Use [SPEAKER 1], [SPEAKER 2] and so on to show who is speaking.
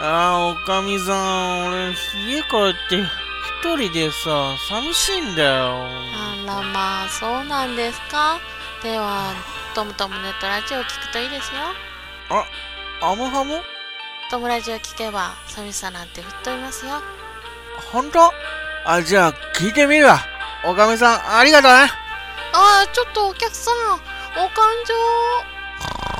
[SPEAKER 1] ああ、おかみさん、俺、家帰って、一人でさ、寂しいんだよ。
[SPEAKER 2] あらまあそうなんですかではトムトムネットラジオを聞くといいですよ
[SPEAKER 1] あ、アムハム
[SPEAKER 2] トムラジオを聞けば寂しさなんて吹っ飛びますよ
[SPEAKER 1] ほんとあ、じゃあ、聞いてみるわ。おかみさん、ありがとうね。
[SPEAKER 2] あーちょっとお客さんお勘定